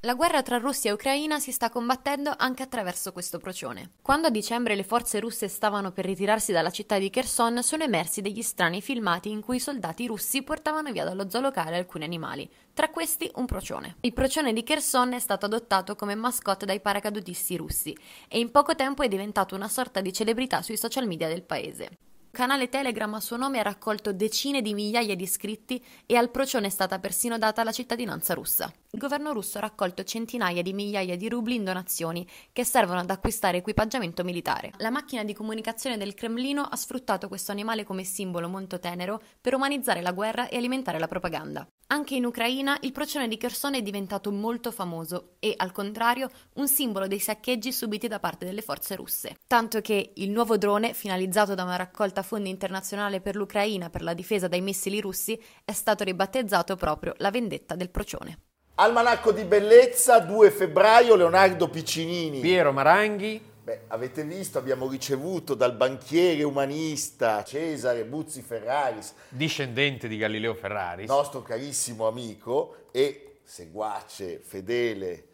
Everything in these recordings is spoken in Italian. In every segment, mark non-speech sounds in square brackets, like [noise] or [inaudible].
La guerra tra Russia e Ucraina si sta combattendo anche attraverso questo procione. Quando a dicembre le forze russe stavano per ritirarsi dalla città di Kherson, sono emersi degli strani filmati in cui i soldati russi portavano via dallo zoo locale alcuni animali, tra questi un procione. Il procione di Kherson è stato adottato come mascotte dai paracadutisti russi e in poco tempo è diventato una sorta di celebrità sui social media del paese. Il canale Telegram a suo nome ha raccolto decine di migliaia di iscritti e al procione è stata persino data la cittadinanza russa. Il governo russo ha raccolto centinaia di migliaia di rubli in donazioni che servono ad acquistare equipaggiamento militare. La macchina di comunicazione del Cremlino ha sfruttato questo animale come simbolo molto tenero per umanizzare la guerra e alimentare la propaganda. Anche in Ucraina il procione di Kherson è diventato molto famoso e, al contrario, un simbolo dei saccheggi subiti da parte delle forze russe. Tanto che il nuovo drone, finalizzato da una raccolta fondi internazionale per l'Ucraina per la difesa dai missili russi, è stato ribattezzato proprio la vendetta del procione. Almanacco di Bellezza, 2 febbraio, Leonardo Piccinini. Piero Maranghi, Beh, avete visto, abbiamo ricevuto dal banchiere umanista Cesare Buzzi Ferraris, discendente di Galileo Ferraris, nostro carissimo amico e seguace fedele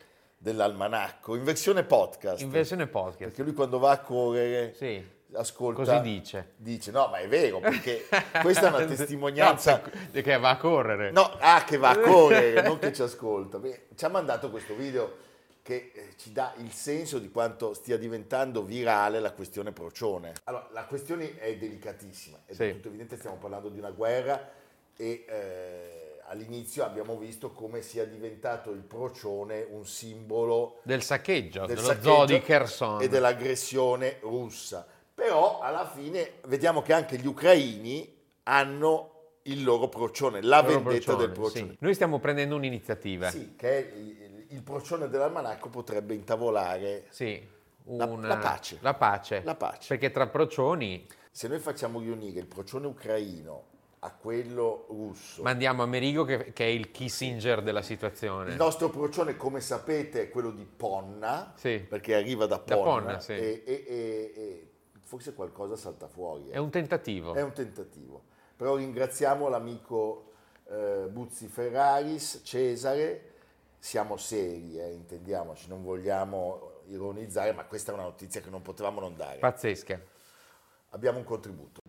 dell'almanacco, in versione podcast. in versione podcast. Perché lui quando va a correre Sì, ascolta... così dice. Dice, no, ma è vero, [laughs] perché questa è una testimonianza... No, se- che va a correre. No, ah, che va [laughs] a correre, non che ci ascolta. Beh, ci ha mandato questo video che eh, ci dà il senso di quanto stia diventando virale la questione procione. Allora, la questione è delicatissima, è Sì. tutto evidente, stiamo parlando di una guerra e eh, all'inizio abbiamo visto come sia diventato il procione un simbolo Del saccheggio, del dello saccheggio zoo di Kherson. e dell'aggressione russa. Però alla fine vediamo che anche gli ucraini hanno il loro procione, la Loro vendetta procione, del procione. sì. Noi stiamo prendendo un'iniziativa. Sì, che il, il procione dell'almanacco potrebbe intavolare Sì, La- una- la pace. La pace. la pace. Perché tra procioni Se noi facciamo riunire il procione ucraino a quello russo, mandiamo a Merigo che, che è il Kissinger della situazione. il nostro procione, come sapete, è quello di Ponna, Sì. perché arriva da Da Ponna, Ponna, sì. e, e- e- e forse qualcosa salta fuori. eh. È un tentativo. Certo. È un tentativo. Però ringraziamo l'amico eh, Buzzi Ferraris, Cesare. Siamo seri, eh, intendiamoci, non vogliamo ironizzare, ma questa è una notizia che non potevamo non dare. Pazzesca. Abbiamo un contributo.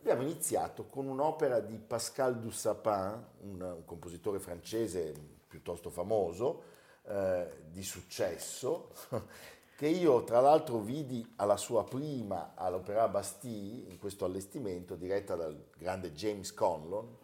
Abbiamo iniziato con un'opera di Pascal Dussapin, un, un compositore francese piuttosto famoso, eh, di successo, [laughs] che io tra l'altro vidi alla sua prima all'Opéra Bastille, in questo allestimento diretta dal grande James Conlon,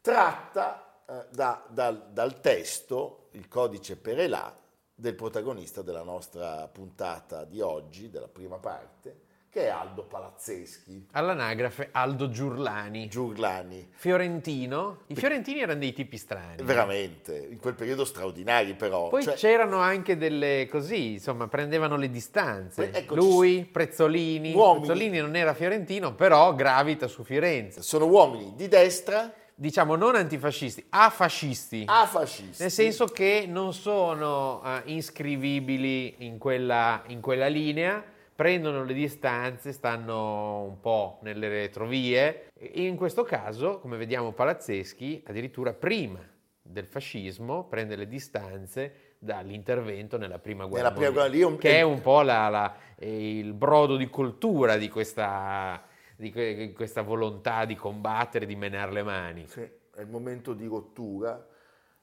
tratta eh, da- dal, dal testo, il codice Perelà, del protagonista della nostra puntata di oggi, della prima parte, che è Aldo Palazzeschi, All'anagrafe Aldo Giurlani, Giurlani. fiorentino. I fiorentini erano dei tipi strani. Veramente, in quel periodo straordinari però. Eh, Poi Cioè, c'erano anche delle così, insomma, prendevano le distanze. Beh, ecco, Lui, Prezzolini. Uomini. Prezzolini non era fiorentino, però gravita su Firenze. sono uomini di destra Diciamo non antifascisti, afascisti. a fascisti. Nel senso che non sono eh, inscrivibili in quella, in quella linea, prendono le distanze, stanno un po' nelle retrovie. E In questo caso, come vediamo, Palazzeschi, addirittura prima del fascismo, prende le distanze dall'intervento nella prima guerra Nella prima mondiale, guerra lì è un- che è un po' la- la- eh, il brodo di coltura di questa, di que- di questa volontà di combattere, di menare le mani. Sì, è il momento di rottura.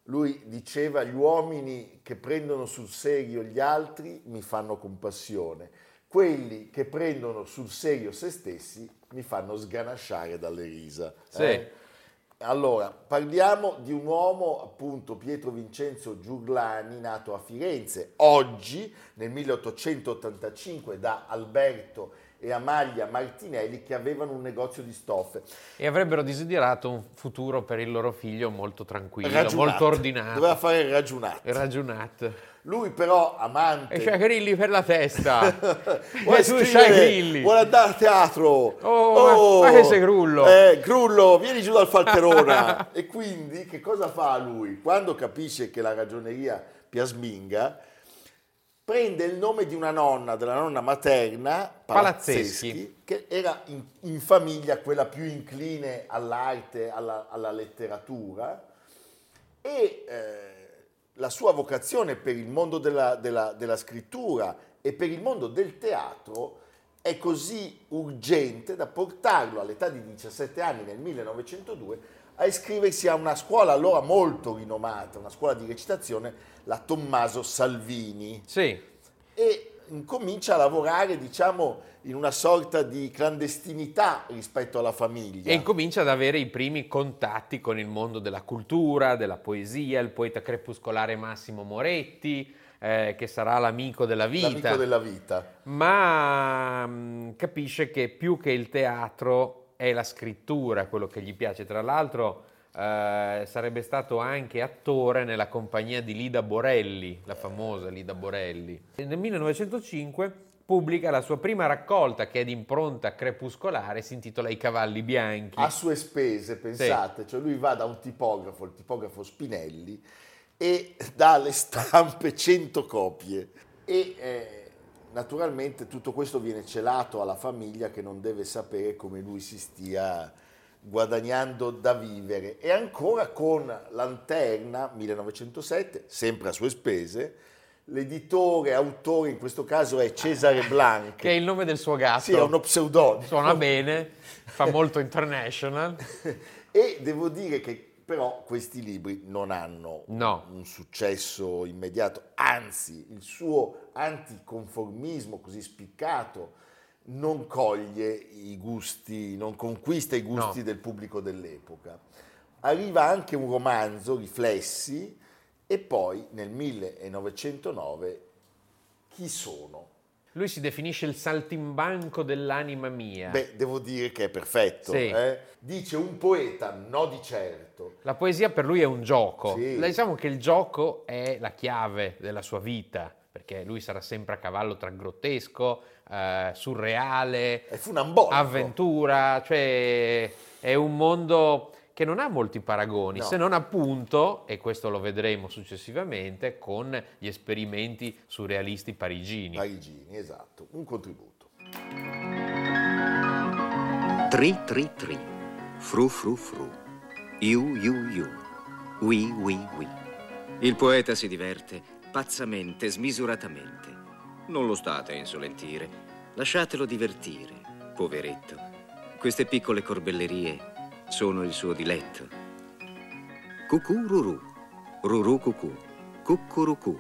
Lui diceva: Gli uomini che prendono sul serio gli altri mi fanno compassione, quelli che prendono sul serio se stessi mi fanno sganasciare dalle risa. Eh? Sì. Allora, parliamo di un uomo, appunto Pietro Vincenzo Giurlani, nato a Firenze oggi nel 1885 da Alberto e Amalia Martinelli che avevano un negozio di stoffe. E avrebbero desiderato un futuro per il loro figlio molto tranquillo, Ragionato. molto ordinato, Doveva fare il ragionato. ragionato. Lui però, amante... E [laughs] Sciagrilli per la testa! vuole, E cioè, scrivere, tu Sciagrilli. vuole andare a teatro. Oh, ma- ma che sei Grullo? Eh, Grullo, vieni giù dal [laughs] Falterona. e quindi che cosa fa lui? Quando capisce che la ragioneria piasminga, prende il nome di una nonna, della nonna materna, Palazzeschi, Palazzeschi. che era in, in famiglia quella più incline all'arte, alla, alla letteratura, e eh, la sua vocazione per il mondo della, della- della scrittura e per il mondo del teatro è così urgente da portarlo all'età di 17 anni nel 1902 a iscriversi a una scuola allora molto rinomata, una scuola di recitazione, la Tommaso Salvini sì, e incomincia a lavorare, diciamo, in una sorta di clandestinità rispetto alla famiglia. e incomincia ad avere i primi contatti con il mondo della cultura, della poesia, il poeta crepuscolare Massimo Moretti, eh, che sarà l'amico della vita. L'amico della vita. ma mh, capisce che più che il teatro è la scrittura quello che gli piace. Tra l'altro eh, sarebbe stato anche attore nella compagnia di Lida Borelli, la famosa Lida Borelli. E nel 1905 pubblica la sua prima raccolta che è di impronta crepuscolare, si intitola I cavalli bianchi. A sue spese, pensate, cioè lui va da un tipografo, il tipografo Spinelli, e dà alle stampe [laughs] 100 copie. E eh, naturalmente tutto questo viene celato alla famiglia che non deve sapere come lui si stia guadagnando da vivere. E ancora con Lanterna 1907, sempre a sue spese, l'editore, autore in questo caso è Cesare [laughs] Blanc. Che è il nome del suo gatto. Sì, è uno pseudonimo. Suona bene, fa molto international. e devo dire che però questi libri non hanno No. un successo immediato, anzi il suo anticonformismo così spiccato non coglie i gusti, non conquista i gusti No. del pubblico dell'epoca. Arriva anche un romanzo, Riflessi, e poi nel 1909 Chi sono? Lui si definisce il saltimbanco dell'anima mia. Beh, devo dire che è perfetto. Eh. Sì. eh. Dice un poeta, no di certo, La poesia per lui è un gioco. Sì. Diciamo che il gioco è la chiave della sua vita, perché lui sarà sempre a cavallo tra grottesco, eh, surreale, è funambolico. avventura, cioè è un mondo che non ha molti paragoni, No. se non appunto, e questo lo vedremo successivamente, con gli esperimenti surrealisti parigini. Parigini, esatto, un contributo. Tri tri tri. Fru fru fru. Iu iu iu. Ui ui ui. Il poeta si diverte pazzamente, smisuratamente. Non lo state a insolentire. Lasciatelo divertire, poveretto. Queste piccole corbellerie sono il suo diletto. Cucù rurù. Rurù cucù. Cuccurucù.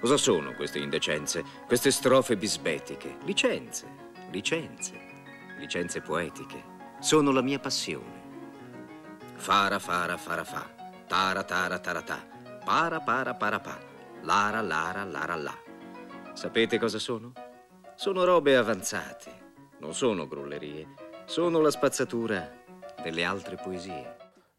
Cosa sono queste indecenze, queste strofe bisbetiche? Licenze, licenze, licenze poetiche. Sono la mia passione. Fara fara fara fa, tara tara taratà, para para para pa, lara lara lara la. Sapete cosa sono? sono robe avanzate, non sono grullerie, sono la spazzatura delle altre poesie.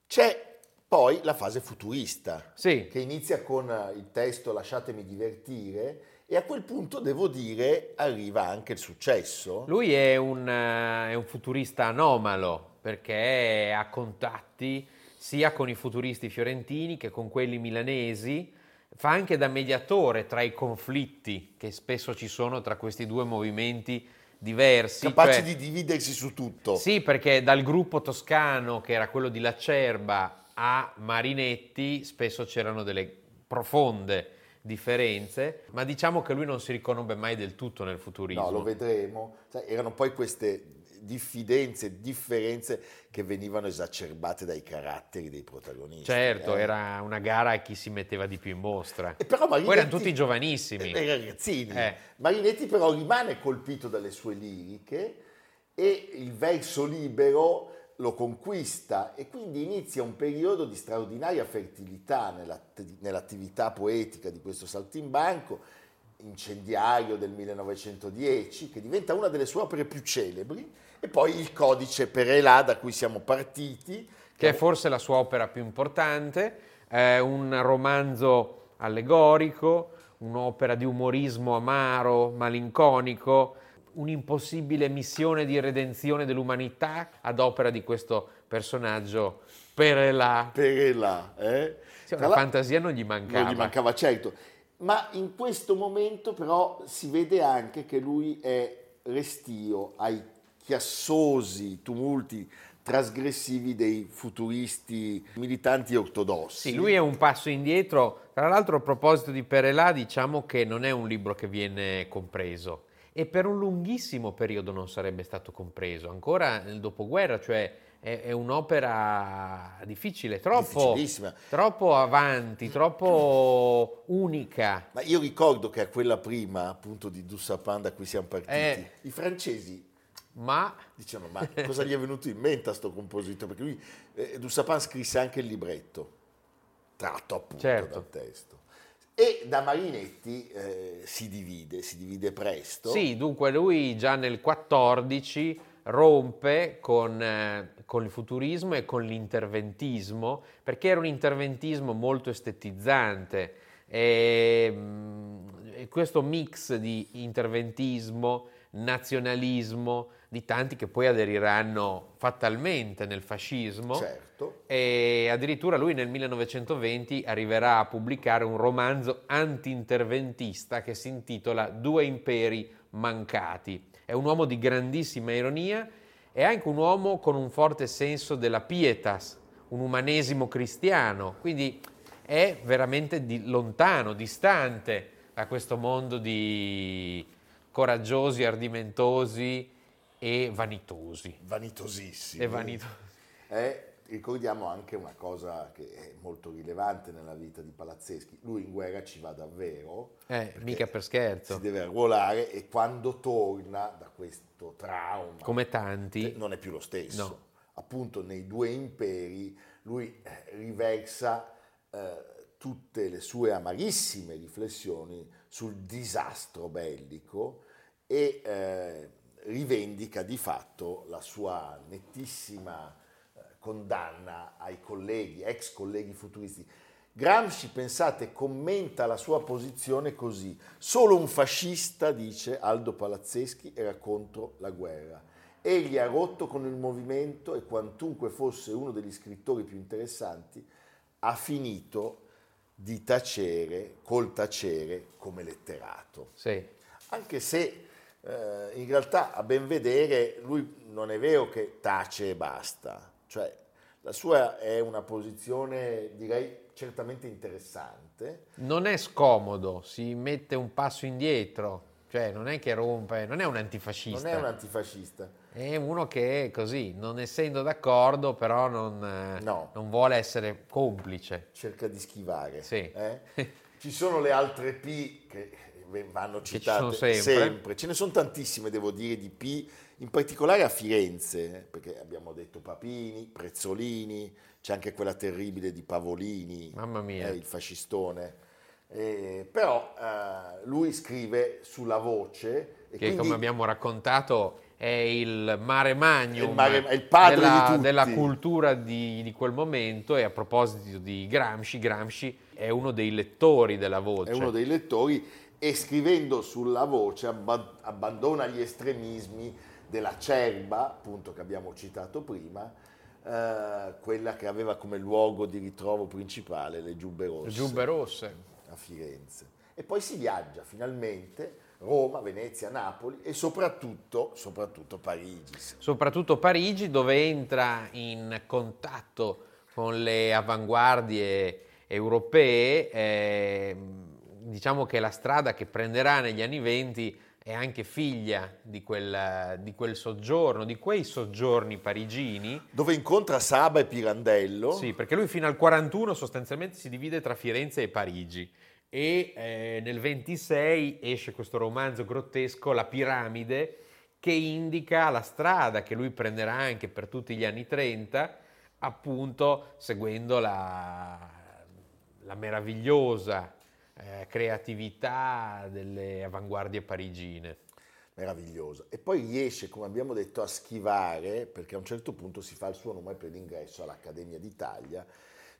C'è poi la fase futurista, Sì, che inizia con eh, il testo Lasciatemi divertire e a quel punto, devo dire, arriva anche il successo. lui è un, eh, è un futurista anomalo perché ha contatti sia con i futuristi fiorentini che con quelli milanesi, fa anche da mediatore tra i conflitti che spesso ci sono tra questi due movimenti diversi. capace cioè- di dividersi su tutto. Sì, perché dal gruppo toscano, che era quello di Lacerba, a Marinetti spesso c'erano delle profonde differenze, ma diciamo che lui non si riconobbe mai del tutto nel futurismo. No, lo vedremo. Sai, erano poi queste diffidenze, differenze che venivano esacerbate dai caratteri dei protagonisti. Certo, eh. era una gara a chi si metteva di più [laughs] in mostra. E però Marinetti, Poi erano tutti giovanissimi. Eh, ragazzini. Eh. Marinetti però rimane colpito dalle sue liriche e il verso libero lo conquista e quindi inizia un periodo di straordinaria fertilità nell'at- nell'attività poetica di questo saltimbanco, incendiario del 1910, che diventa una delle sue opere più celebri, e poi il codice Perelà da cui siamo partiti, che è forse la sua opera più importante, è un romanzo allegorico, un'opera di umorismo amaro, malinconico, un'impossibile missione di redenzione dell'umanità ad opera di questo personaggio Perelà. Perelà. Eh? Sì, Tra una l'al- fantasia non gli mancava. Non gli mancava certo. Ma in questo momento però si vede anche che lui è restio ai chiassosi tumulti trasgressivi dei futuristi militanti ortodossi. Sì, lui è un passo indietro. Tra l'altro, a proposito di Perelà, diciamo che non è un libro che viene compreso e per un lunghissimo periodo non sarebbe stato compreso, ancora nel dopoguerra, cioè è, è un'opera difficile, troppo, Difficilissima. troppo avanti, troppo unica. Ma io ricordo che a quella prima, appunto, di Dussapin da cui siamo partiti, Eh. i francesi Ma dicevano Diciamo, ma cosa gli è venuto in mente a sto compositore? Perché lui, eh, Dussapin scrisse anche il libretto, tratto appunto Certo. dal testo. E da Marinetti eh, si divide, si divide presto. Sì, dunque lui già nel 14 rompe con, eh, con il futurismo e con l'interventismo, perché era un interventismo molto estetizzante. E, mm, e questo mix di interventismo, nazionalismo, di tanti che poi aderiranno fatalmente nel fascismo. certo. E addirittura lui nel 1920 arriverà a pubblicare un romanzo antinterventista che si intitola Due imperi mancati. È un uomo di grandissima ironia e anche un uomo con un forte senso della pietas, un umanesimo cristiano, quindi è veramente di- lontano, distante da questo mondo di coraggiosi, ardimentosi e vanitosi. Vanitosissimo. E vanitosi. Eh, ricordiamo anche una cosa che è molto rilevante nella vita di Palazzeschi. Lui in guerra ci va davvero. Eh, perché mica per scherzo. Si deve arruolare e quando torna da questo trauma come tanti. Cioè, non è più lo stesso. No. Appunto, nei due imperi lui eh, riversa eh, tutte le sue amarissime riflessioni sul disastro bellico e eh, rivendica di fatto la sua nettissima eh, condanna ai colleghi, ex colleghi futuristi. Gramsci, pensate, commenta la sua posizione così. Solo un fascista, dice Aldo Palazzeschi, era contro la guerra. Egli ha rotto con il movimento e quantunque fosse uno degli scrittori più interessanti, ha finito di tacere, col tacere, come letterato. Sì. Anche se eh, in realtà a ben vedere lui non è vero che tace e basta, cioè la sua è una posizione direi certamente interessante. Non è scomodo, si mette un passo indietro, cioè non è che rompe, non è un antifascista, Non è un antifascista. è uno che è così, non essendo d'accordo però non, eh, No. non vuole essere complice. cerca di schivare. Sì. [laughs] eh? Ci sono le altre P che eh, vanno ci citate sono sempre. ce ne sono tantissime devo dire di P, in particolare a Firenze, eh, perché abbiamo detto Papini, Prezzolini, c'è anche quella terribile di Pavolini, Mamma mia. eh, il fascistone. Eh, però eh, lui scrive sulla voce e che quindi come abbiamo raccontato è il mare magnum Il mare- è il padre di della, tutti. della cultura di, di quel momento e a proposito di Gramsci, Gramsci è uno dei lettori della voce. è uno dei lettori e scrivendo sulla voce abba- abbandona gli estremismi della cerba, appunto che abbiamo citato prima, eh, quella che aveva come luogo di ritrovo principale le giubbe rosse Giubbe rosse. a Firenze. E poi si viaggia finalmente Roma, Venezia, Napoli e soprattutto, soprattutto Parigi. soprattutto Parigi, dove entra in contatto con le avanguardie europee. eh, diciamo che la strada che prenderà negli anni venti è anche figlia di quel, di quel soggiorno, di quei soggiorni parigini. Dove incontra Saba e Pirandello. Sì, perché lui fino al 41 sostanzialmente si divide tra Firenze e Parigi e eh, nel 26 esce questo romanzo grottesco La piramide che indica la strada che lui prenderà anche per tutti gli anni 30, appunto seguendo la, la meravigliosa eh, creatività delle avanguardie parigine. meravigliosa. E poi riesce, come abbiamo detto, a schivare, perché a un certo punto si fa il suo nome per l'ingresso all'Accademia d'Italia.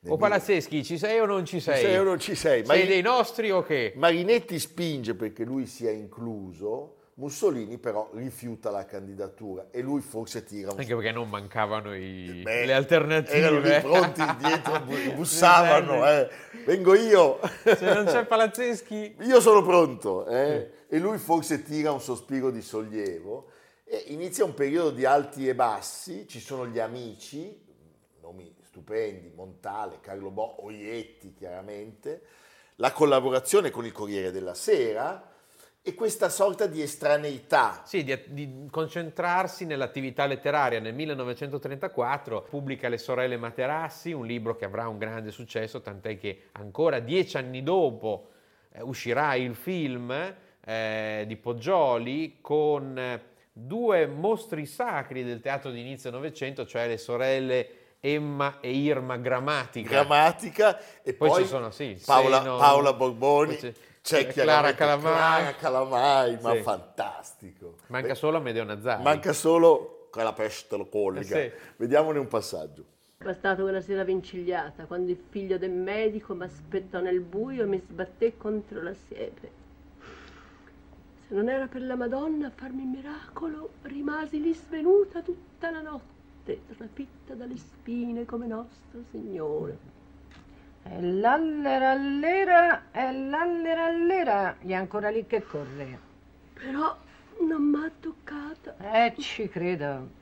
Nel O Palazzeschi, ci sei o non ci sei? Ci sei o non ci sei? Sei Mari- dei nostri o che? Marinetti spinge perché lui sia incluso, Mussolini però rifiuta la candidatura e lui forse tira un Anche perché non mancavano i- Beh, le alternative. Erano lì pronti [laughs] indietro, bu- bussavano. eh. Vengo io. Se non [laughs] c'è Palazzeschi... Io sono pronto. eh. E lui forse tira un sospiro di sollievo. E inizia un periodo di alti e bassi. Ci sono gli amici, nomi stupendi, Montale, Carlo Bo, Oietti chiaramente, la collaborazione con il Corriere della Sera e questa sorta di estraneità. Sì, di, di concentrarsi nell'attività letteraria. Nel 1934 pubblica Le sorelle Materassi, un libro che avrà un grande successo, tant'è che ancora dieci anni dopo eh, uscirà il film eh, di Poggioli con eh, due mostri sacri del teatro di inizio Novecento, cioè le sorelle Emma e Irma Grammatica. Grammatica e Eh. Poi poi, ci sono, sì, Paola, Seno, Paola Borboni, poi c'è- c'è c'è chiaramente Clara Calamai. Clara Calamai, ma Sì. fantastico. Manca Beh, solo Amedeo Nazzari. Eh, Manca solo quella peste lo collega. Ah, Eh sì. Vediamone un passaggio. Bastato quella sera vincigliata, quando il figlio del medico mi aspettò nel buio e mi sbatté contro la siepe. Se non era per la Madonna a farmi il miracolo, rimasi lì svenuta tutta la notte, trafitta dalle spine come nostro Signore. E l'allera allera, e l'allera allera, è ancora lì che corre. Però non m'ha toccata. Eh, ci credo.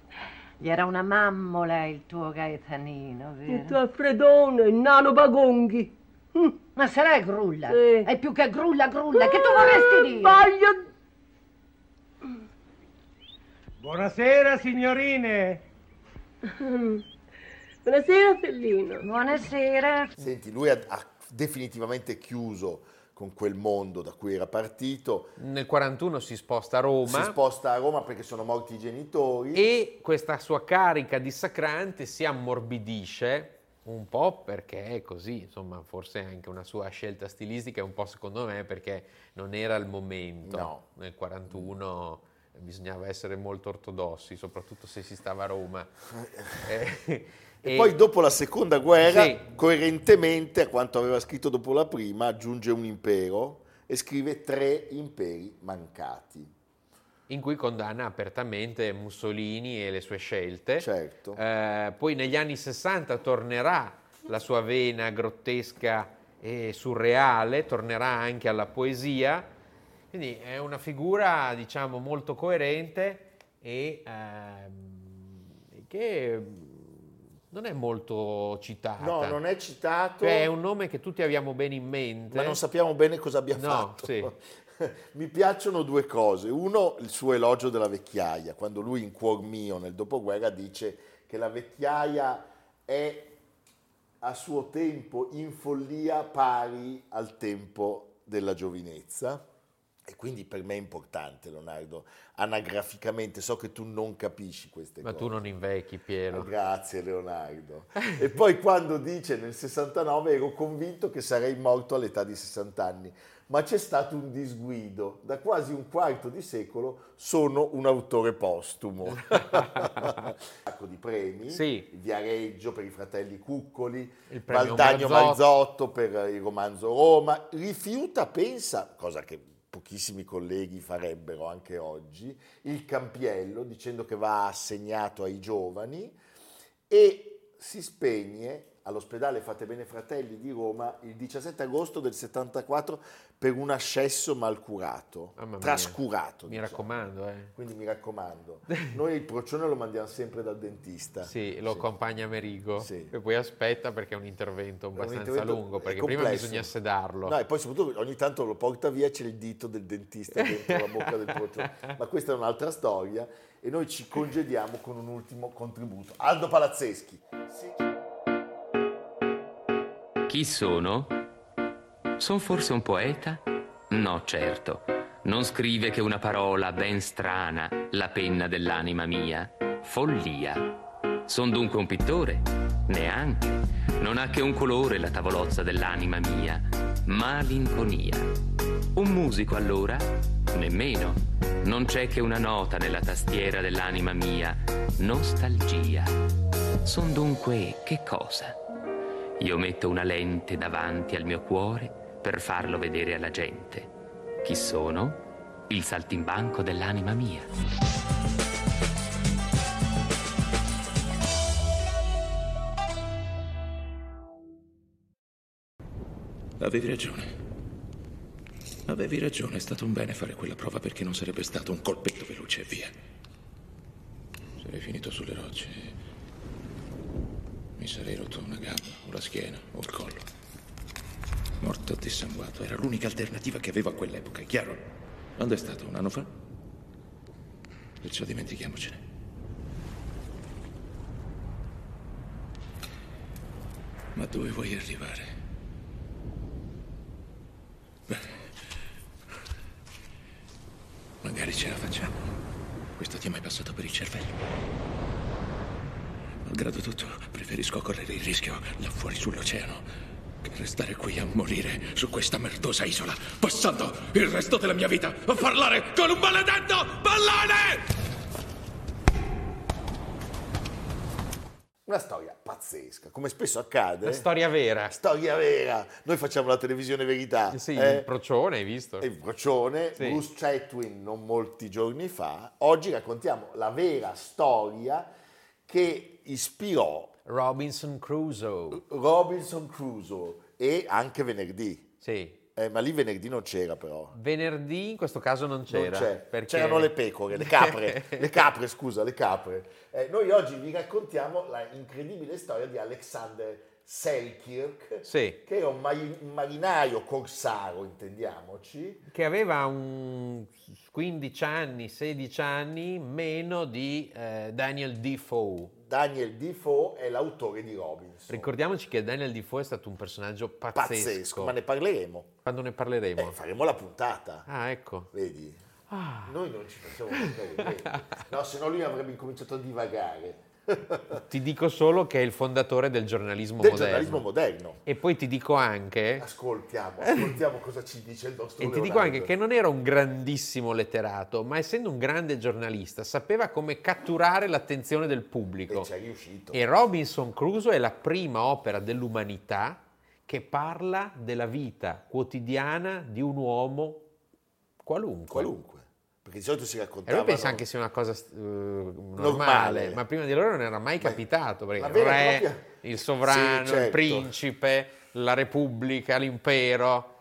Gli era una mammola il tuo Gaetanino, Eh. Il vero? tuo Alfredone, il nano Bagonghi. Mm. Ma sarai grulla. Sì. Ah, È più che grulla, grulla, che tu vorresti dire? Voglio... Buonasera signorine. [laughs] Buonasera, Fellino. Buonasera. Mm. Senti, lui ha, ha definitivamente chiuso con quel mondo da cui era partito. Nel 41 si sposta a Roma Si sposta a Roma perché sono morti i genitori. e questa sua carica dissacrante si ammorbidisce un po' perché è così, insomma, forse anche una sua scelta stilistica, un po' secondo me perché non era il momento. No. Nel 41 bisognava essere molto ortodossi, soprattutto se si stava [laughs] a Roma. Eh, E poi dopo la seconda guerra, Sì. coerentemente a quanto aveva scritto dopo la prima, aggiunge un impero e scrive tre imperi mancati. in cui condanna apertamente Mussolini e le sue scelte. Certo. Eh, poi negli anni 60 tornerà la sua vena grottesca e surreale, tornerà anche alla poesia, quindi è una figura diciamo molto coerente e ehm, che non è molto citata. No, non è citato, ah, Cioè, è un nome che tutti abbiamo bene in mente. ma non sappiamo bene cosa abbia No, fatto. sì. [laughs] Mi piacciono due cose. Uno, il suo elogio della vecchiaia, quando lui in Cuor mio nel dopoguerra dice che la vecchiaia è a suo tempo in follia pari al tempo della giovinezza. E quindi per me è importante, Leonardo, anagraficamente, so che tu non capisci queste Ma cose. tu non invecchi, Piero. Ah, Grazie Leonardo. E poi quando dice nel 69 ero convinto che sarei morto all'età di 60 anni, ma c'è stato un disguido. Da quasi un quarto di secolo sono un autore postumo. [laughs] un sacco di premi, Sì. Viareggio per i fratelli Cuccoli, Il premio Valdagno Marzotto. Marzotto per il romanzo Roma, rifiuta, pensa, cosa che pochissimi colleghi farebbero anche oggi, il campiello dicendo che va assegnato ai giovani e si spegne all'ospedale Fate Bene Fratelli di Roma il 17 agosto del 74 per un ascesso mal curato, Mamma mia. trascurato. Mi diciamo. raccomando, eh. Quindi mi raccomando, noi il procione lo mandiamo sempre dal dentista. Sì, lo accompagna Merigo Sì. e poi aspetta perché è un intervento È un abbastanza intervento- lungo, è perché prima complesso. bisogna sedarlo. No, e poi soprattutto ogni tanto lo porta via, c'è il dito del dentista dentro la bocca del [laughs] procione. Ma questa è un'altra storia e noi ci congediamo con un ultimo contributo. Aldo Palazzeschi. Chi sono? Son forse un poeta? No, certo. Non scrive che una parola ben strana, la penna dell'anima mia. Follia. Son dunque un pittore? Neanche. Non ha che un colore la tavolozza dell'anima mia. Malinconia. Un musico allora? Nemmeno. Non c'è che una nota nella tastiera dell'anima mia. Nostalgia. Son dunque che cosa? Io metto una lente davanti al mio cuore per farlo vedere alla gente. Chi sono? Il saltimbanco dell'anima mia. Avevi ragione. Avevi ragione, è stato un bene fare quella prova perché non sarebbe stato un colpetto veloce e via. Sarei finito sulle rocce. e Mi sarei rotto una gamba, o la schiena, o il collo. Morto dissanguato era l'unica alternativa che avevo a quell'epoca, è chiaro? Quando è stato? Un anno fa? Perciò dimentichiamocene. Ma dove vuoi arrivare? Magari ce la facciamo. Questo ti è mai passato per il cervello? Malgrado tutto, preferisco correre il rischio là fuori sull'oceano che restare qui a morire su questa merdosa isola, passando il resto della mia vita a parlare con un maledetto ballone! Una storia pazzesca, come spesso accade. La storia vera. Storia vera. Noi facciamo la televisione verità. Sì, eh? il procione, hai visto? e il Brocione, Sì. Bruce Chatwin non molti giorni fa. Oggi raccontiamo la vera storia che ispirò Robinson Crusoe. Robinson Crusoe e anche venerdì. Sì. Eh, ma lì venerdì non c'era però. Venerdì in questo caso non Non c'era. c'è. perché- C'erano le pecore, le [laughs] capre, le capre, scusa, le capre. Eh, noi oggi vi raccontiamo la incredibile storia di Alexander Selkirk, Sì. che era un mari- un marinaio corsaro, intendiamoci, che aveva un 15 anni, 16 anni meno di eh, Daniel Defoe. Daniel Defoe è l'autore di Robinson. Ricordiamoci che Daniel Defoe è stato un personaggio pazzesco. pazzesco, ma ne parleremo. Quando ne parleremo. Eh, faremo la puntata, Ah, ecco. vedi? Ah. Noi non ci facciamo [laughs] niente, no, se no lui avrebbe incominciato a divagare. Ti dico solo che è il fondatore del giornalismo Del moderno. giornalismo Ah, moderno. E poi ti dico anche, [laughs] Ascoltiamo, ascoltiamo cosa ci dice il nostro e ti dico Leonardo. anche che non era un grandissimo letterato, ma essendo un grande giornalista sapeva come catturare l'attenzione del E pubblico. ci è riuscito. E Robinson Crusoe è la prima opera dell'umanità che parla della vita quotidiana di un uomo qualunque. Qualunque. Perché di solito si E raccontava... lui pensa anche sia una cosa eh, normale, Normale. ma prima di loro non era mai capitato, perché la il vera re, e propria- il sovrano, Sì, certo. il principe, la repubblica, l'impero.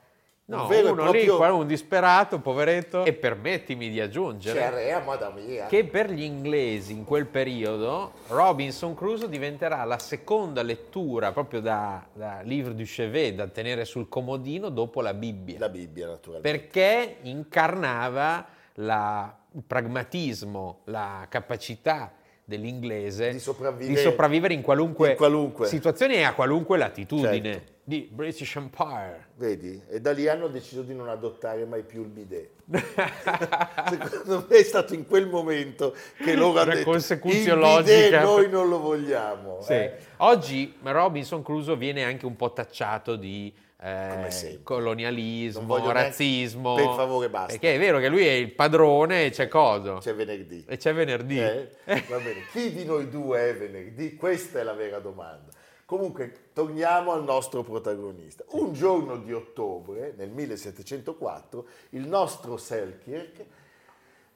No, Un vero e uno lì, proprio- qua, un disperato, poveretto, e permettimi di aggiungere Cerea, Cioè, madame mia. che per gli inglesi in quel periodo Robinson Crusoe diventerà la seconda lettura proprio da, da livre du chevet da tenere sul comodino dopo la Bibbia La Bibbia, naturalmente. perché incarnava la- il pragmatismo, la capacità dell'inglese Di sopravvivere- di sopravvivere in qualunque, in qualunque. situazione e a qualunque latitudine. Certo. di British [laughs] Empire. Vedi? E da lì hanno deciso di non adottare mai più il bidet. [laughs] Secondo me è stato in quel momento che loro hanno Una detto il consecuzione bidet logica." noi non lo vogliamo. Sì. eh. Oggi Robinson Crusoe viene anche un po' tacciato di eh, Come sempre. Non colonialismo, voglio neanche- razzismo. Per favore, basta. Perché è vero che lui è il padrone e c'è coso. C'è venerdì. E c'è venerdì. Eh, va bene. Chi di noi due è venerdì? Questa è la vera domanda. Comunque, torniamo al nostro protagonista. Un giorno di ottobre, nel 1704, il nostro Selkirk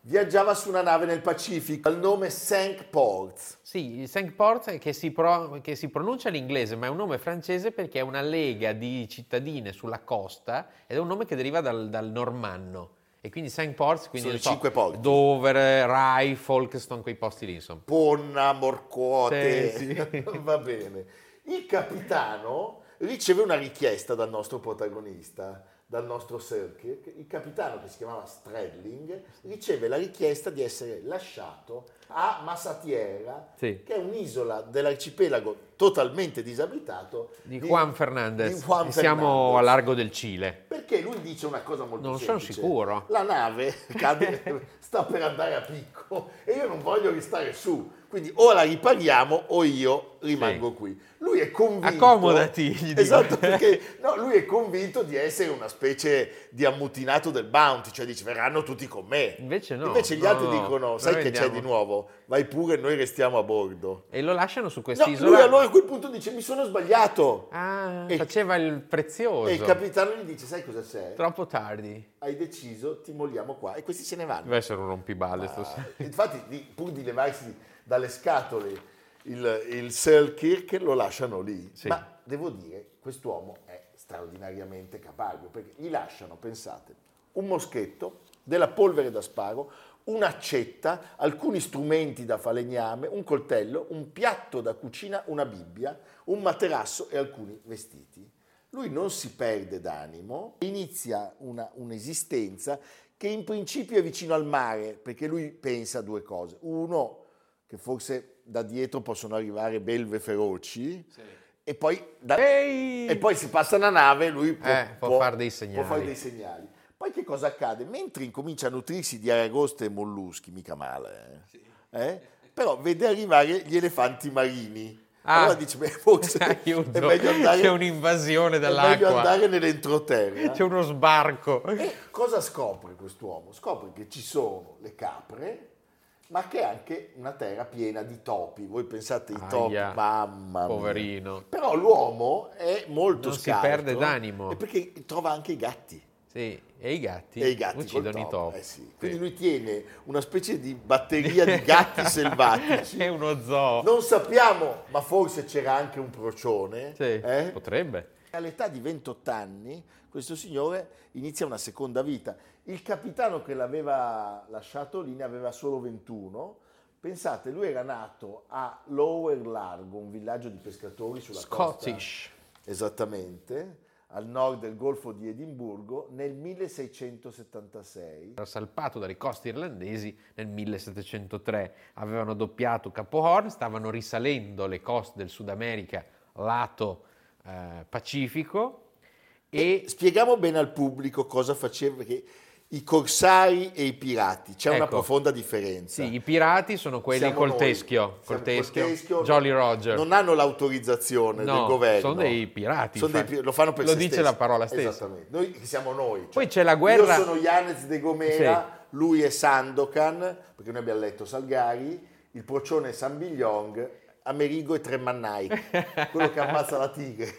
viaggiava su una nave nel Pacifico al nome Sank Ports. Sì, il St. Port che si, pro- che si pronuncia all'inglese, ma è un nome francese perché è una lega di cittadine sulla costa ed è un nome che deriva dal, dal normanno. E quindi St. Port, quindi Sono non i cinque porti. Dover, Rai, Folkestone, quei posti lì, insomma. Ponna, Morcuote. Sì, sì. [laughs] Va bene. Il capitano riceve una richiesta dal nostro protagonista, dal nostro Selkirk. Il capitano, che si chiamava Stradling, riceve la richiesta di essere lasciato a Massatiera, Sì. che è un'isola dell'arcipelago totalmente disabitato Di Juan Fernandez. di Juan E Siamo Fernandez. a largo del Cile. Perché lui dice una cosa molto Non sono semplice. sicuro. La [laughs] nave cade- sta per andare a picco e io non voglio restare su. Quindi o la ripariamo o io rimango Sì. qui. Lui è convinto... Accomodati, gli dico. [laughs] Esatto, perché no, lui è convinto di essere una specie di ammutinato del bounty, cioè dice verranno tutti con me. Invece no, Invece gli no, altri no, dicono, noi sai che andiamo." c'è di nuovo? Vai pure, noi restiamo a bordo. E lo lasciano su No, quest'isola. lui allora a quel punto dice, mi sono sbagliato. Ah, E- faceva il prezioso. E il capitano gli dice, sai cosa c'è? Troppo tardi. hai deciso, ti molliamo qua e questi se ne vanno. Deve essere un rompiballe Ah. stasera. [laughs] Infatti, di- pur di levarsi dalle scatole il, il Selkirk, lo lasciano lì. Sì. Ma devo dire, quest'uomo è straordinariamente capace, perché gli lasciano, pensate, un moschetto, della polvere da sparo, un'accetta, alcuni strumenti da falegname, un coltello, un piatto da cucina, una bibbia, un materasso e alcuni vestiti. Lui non si perde d'animo, inizia una- un'esistenza che in principio è vicino al mare, perché lui pensa a due cose. Uno, che forse da dietro possono arrivare belve feroci, e, poi da- Ehi! e poi si passa una nave e lui può, Eh, può fare dei segnali. può fare dei segnali. Poi che cosa accade? Mentre incomincia a nutrirsi di aragoste e molluschi, mica male, eh? Eh? però vede arrivare gli elefanti marini. Ah. Allora dice, beh, forse [laughs] Aiuto. è meglio andare... C'è un'invasione È meglio dall'acqua. Eh, andare nell'entroterra. C'è uno sbarco. E [laughs] cosa scopre quest'uomo? Scopre che ci sono le capre, ma che è anche una terra piena di topi. Voi pensate ai topi, Aia, mamma mia. poverino. Però l'uomo è molto Non si scarso. perde d'animo. E perché trova anche i gatti. Sì, e i gatti, E i gatti uccidono col i topo, topi. eh sì. Quindi lui tiene una specie di batteria [laughs] di gatti selvatici. È uno zoo. Non sappiamo, ma forse c'era anche un procione. Sì, eh? Potrebbe. All'età di 28 anni questo signore inizia una seconda vita. Il capitano che l'aveva lasciato lì ne aveva solo 21. Pensate, lui era nato a Lower Largo, un villaggio di pescatori sulla costa. Scottish. Esattamente, al nord del Golfo di Edimburgo nel 1676. Era salpato dalle coste irlandesi nel 1703. Avevano doppiato Capo Horn, stavano risalendo le coste del Sud America lato eh, Pacifico Eh, e Spieghiamo bene al pubblico cosa faceva perché i corsari e i pirati, c'è una Ecco. profonda differenza. sì, i pirati sono quelli Siamo col noi. teschio, Siamo col teschio, teschio. Jolly Roger. Non hanno l'autorizzazione No, del governo. sono dei pirati, Sono dei infatti. pi- lo fanno per Lo se dice stessi. la parola stessa. Esattamente. Noi che siamo noi. cioè, Poi c'è la guerra- Io sono Yanez de Gomera, lui è Sandokan, perché noi abbiamo letto Salgari, il procione è San Bigliong, Amerigo e [laughs] Tremannai, quello che ammazza la tigre.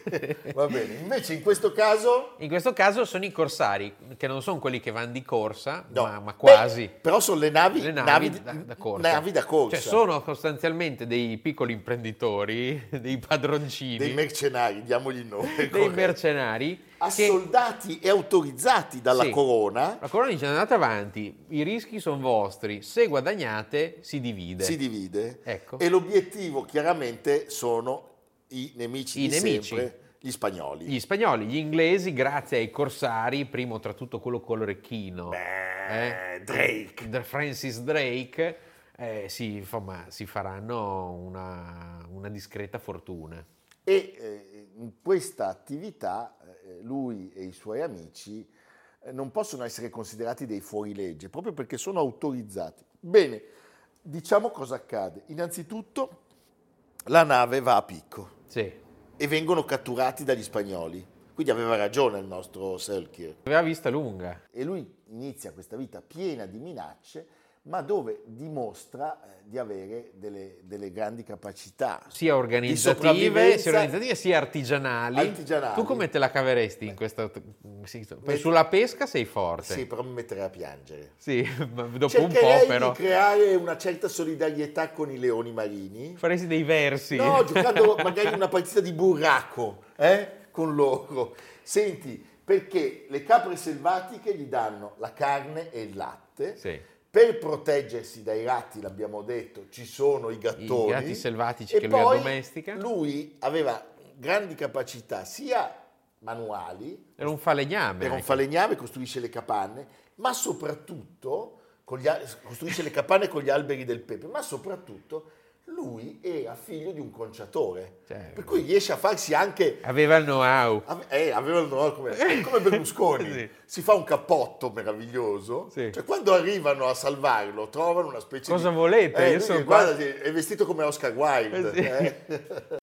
Va bene. Invece in questo caso... In questo caso sono i corsari, che non sono quelli che vanno di corsa, no. ma, ma quasi. Beh, però sono le navi, le navi navi, di- da, da corsa. navi da corsa. Cioè sono sostanzialmente dei piccoli imprenditori, [laughs] dei padroncini, Dei mercenari, diamogli il nome. dei corretto. mercenari. che- assoldati e autorizzati dalla sì, corona, La corona dice andate avanti, i rischi sono vostri, se guadagnate si divide. si divide Ecco. e l'obiettivo chiaramente sono i nemici I di nemici. sempre, gli spagnoli. Gli spagnoli, gli inglesi, grazie ai corsari, primo tra tutto quello col orecchino, Beh, Eh? Drake. da Francis Drake, eh, si, fa- ma si faranno una, una discreta fortuna. E eh, in questa attività eh, lui e i suoi amici eh, non possono essere considerati dei fuorilegge proprio perché sono autorizzati. Bene, diciamo cosa accade. Innanzitutto la nave va a picco Sì. e vengono catturati dagli spagnoli. Quindi aveva ragione il nostro Selkirk. Aveva vista lunga. E lui inizia questa vita piena di minacce, ma dove dimostra eh, di avere delle, delle grandi capacità. Sia organizzative, sopravvivenza. sia, organizzative, sia artigianali. Artigianali. Tu come te la caveresti in questa... sì, per- Sulla pesca sei forte. Sì, però mi metterei a piangere. Sì, [laughs] ma dopo un Cercherei po' però di creare una certa solidarietà con i leoni marini. faresti dei versi. No, [laughs] giocando magari una partita di burraco eh, con loro. Senti, perché le capre selvatiche gli danno la carne e il latte. Sì. Per proteggersi dai ratti, l'abbiamo detto, ci sono i gattoni. I gatti selvatici E che lui poi addomestica. Lui aveva grandi capacità sia manuali, Era un falegname. Eh, era un anche. falegname, costruisce le capanne, ma soprattutto con gli al- costruisce le capanne con gli alberi del pepe, ma soprattutto lui era figlio di un conciatore, Certo. per cui riesce a farsi anche... Aveva il know-how. ave- eh, aveva il nome come, come Berlusconi, [laughs] Sì. si fa un cappotto meraviglioso, Sì. cioè quando arrivano a salvarlo trovano una specie Cosa di... volete? Eh, Io lui sono che qua- guarda, sì, è vestito come Oscar Wilde. Eh, sì. eh.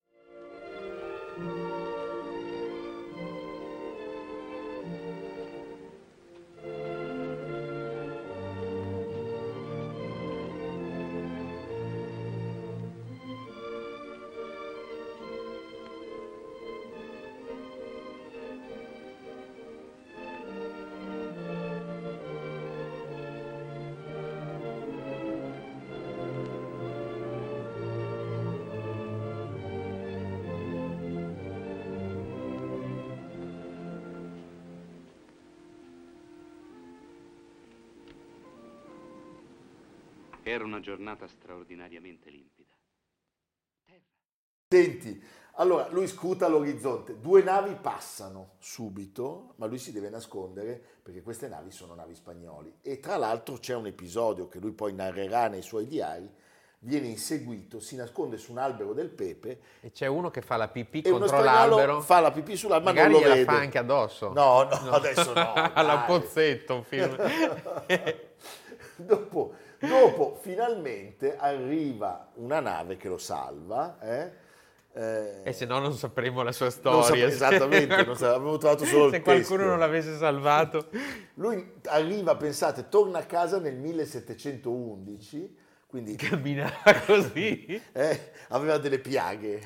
Era una giornata straordinariamente limpida. Senti, allora lui scuta all'orizzonte, due navi passano subito, ma lui si deve nascondere perché queste navi sono navi spagnoli. E tra l'altro c'è un episodio che lui poi narrerà nei suoi diari, viene inseguito, si nasconde su un albero del pepe E c'è uno che fa la pipì e uno contro spagnolo l'albero. fa la pipì sull'albero, ma Magari non lo gliela vede. fa anche addosso. No, no, adesso [laughs] no. Alla dai. Pozzetto un film. [laughs] dopo, dopo, finalmente arriva una nave che lo salva. eh, eh, e se no non sapremo la sua Non storia. [laughs] sape- esattamente, non sa- avevo trovato solo il Se qualcuno teschio. non l'avesse [laughs] salvato. Lui arriva, pensate, torna a casa nel 1711, quindi camminava [laughs] così. eh, aveva delle [laughs] piaghe,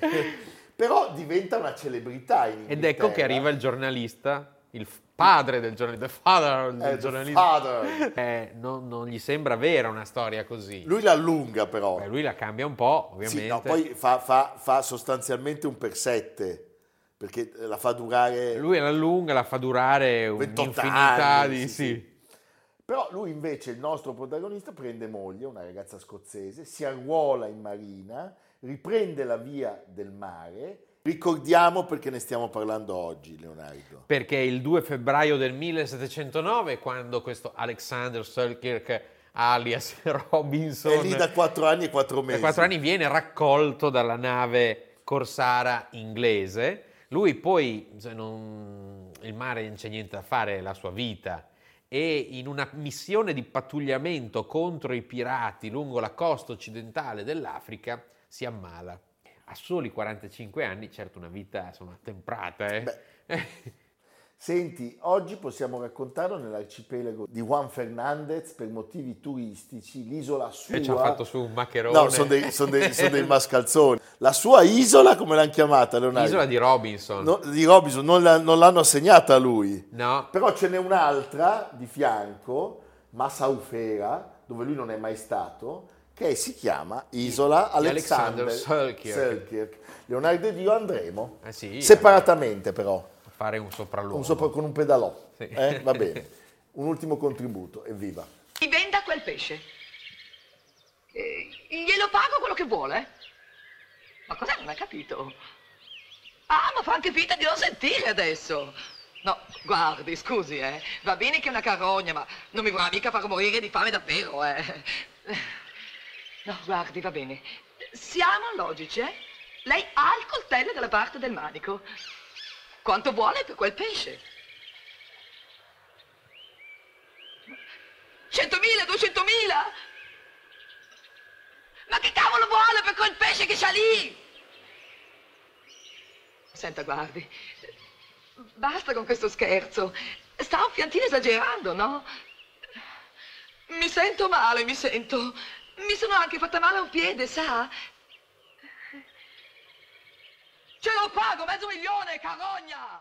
però diventa una celebrità in Ed ecco che arriva il giornalista, il f- padre del giornalista, il father del Eh, the giornalista. father. Eh, non, non gli sembra vera una storia così. Lui la allunga però. Beh, lui la cambia un po', ovviamente. Sì, no, poi fa, fa- fa sostanzialmente un per sette, perché eh, la fa durare... Lui la allunga, la fa durare 28 un'infinità anni, di... sì, sì. Però lui invece, il nostro protagonista, prende moglie, una ragazza scozzese, si arruola in marina, riprende la via del mare. Ricordiamo perché ne stiamo parlando oggi, Leonardo. Perché il 2 febbraio del 1709, quando questo Alexander Selkirk, alias [laughs] Robinson, È lì da 4 anni e 4 Per mesi. quattro anni viene raccolto dalla nave corsara inglese. Lui poi, se non- il mare non c'è niente da fare, è la sua vita. E in una missione di pattugliamento contro i pirati lungo la costa occidentale dell'Africa si ammala. A soli 45 anni, certo una vita insomma temprata, eh? Senti, oggi possiamo raccontarlo nell'arcipelago di Juan Fernandez per motivi turistici, l'isola sua. E ci ha fatto su un maccherone. No, sono dei, son dei- son dei mascalzoni. La sua isola, come l'hanno chiamata, Leonardo? Isola di Robinson. No, di Robinson, non, la- non l'hanno assegnata a lui. No, Però ce n'è un'altra di fianco, Massaufera, dove lui non è mai stato, che si chiama Isola Di Alexander, Alexander Selkirk. Selkirk. Leonardo ed io andremo, Eh sì, separatamente però, a fare un sopralluogo. con, sopra- con un pedalò. Sì. Eh, Va bene, un ultimo contributo, evviva. Mi venda quel pesce. Eh, glielo pago quello che vuole. Ma cosa non ha capito? Ah, ma fa anche finta di non sentire adesso. No, guardi, scusi, eh. Va bene che è una carogna, ma non mi vorrà mica far morire di fame davvero, eh. No, guardi, va bene. Siamo logici, eh? Lei ha il coltello dalla parte del manico. Quanto vuole per quel pesce? 100.000, 200.000? Ma che cavolo vuole per quel pesce che c'ha lì? Senta, guardi, basta con questo scherzo. Sta un piantino esagerando, no? Mi sento male, mi sento. Mi sono anche fatta male a un piede, sa? Ce lo pago, mezzo milione, carogna!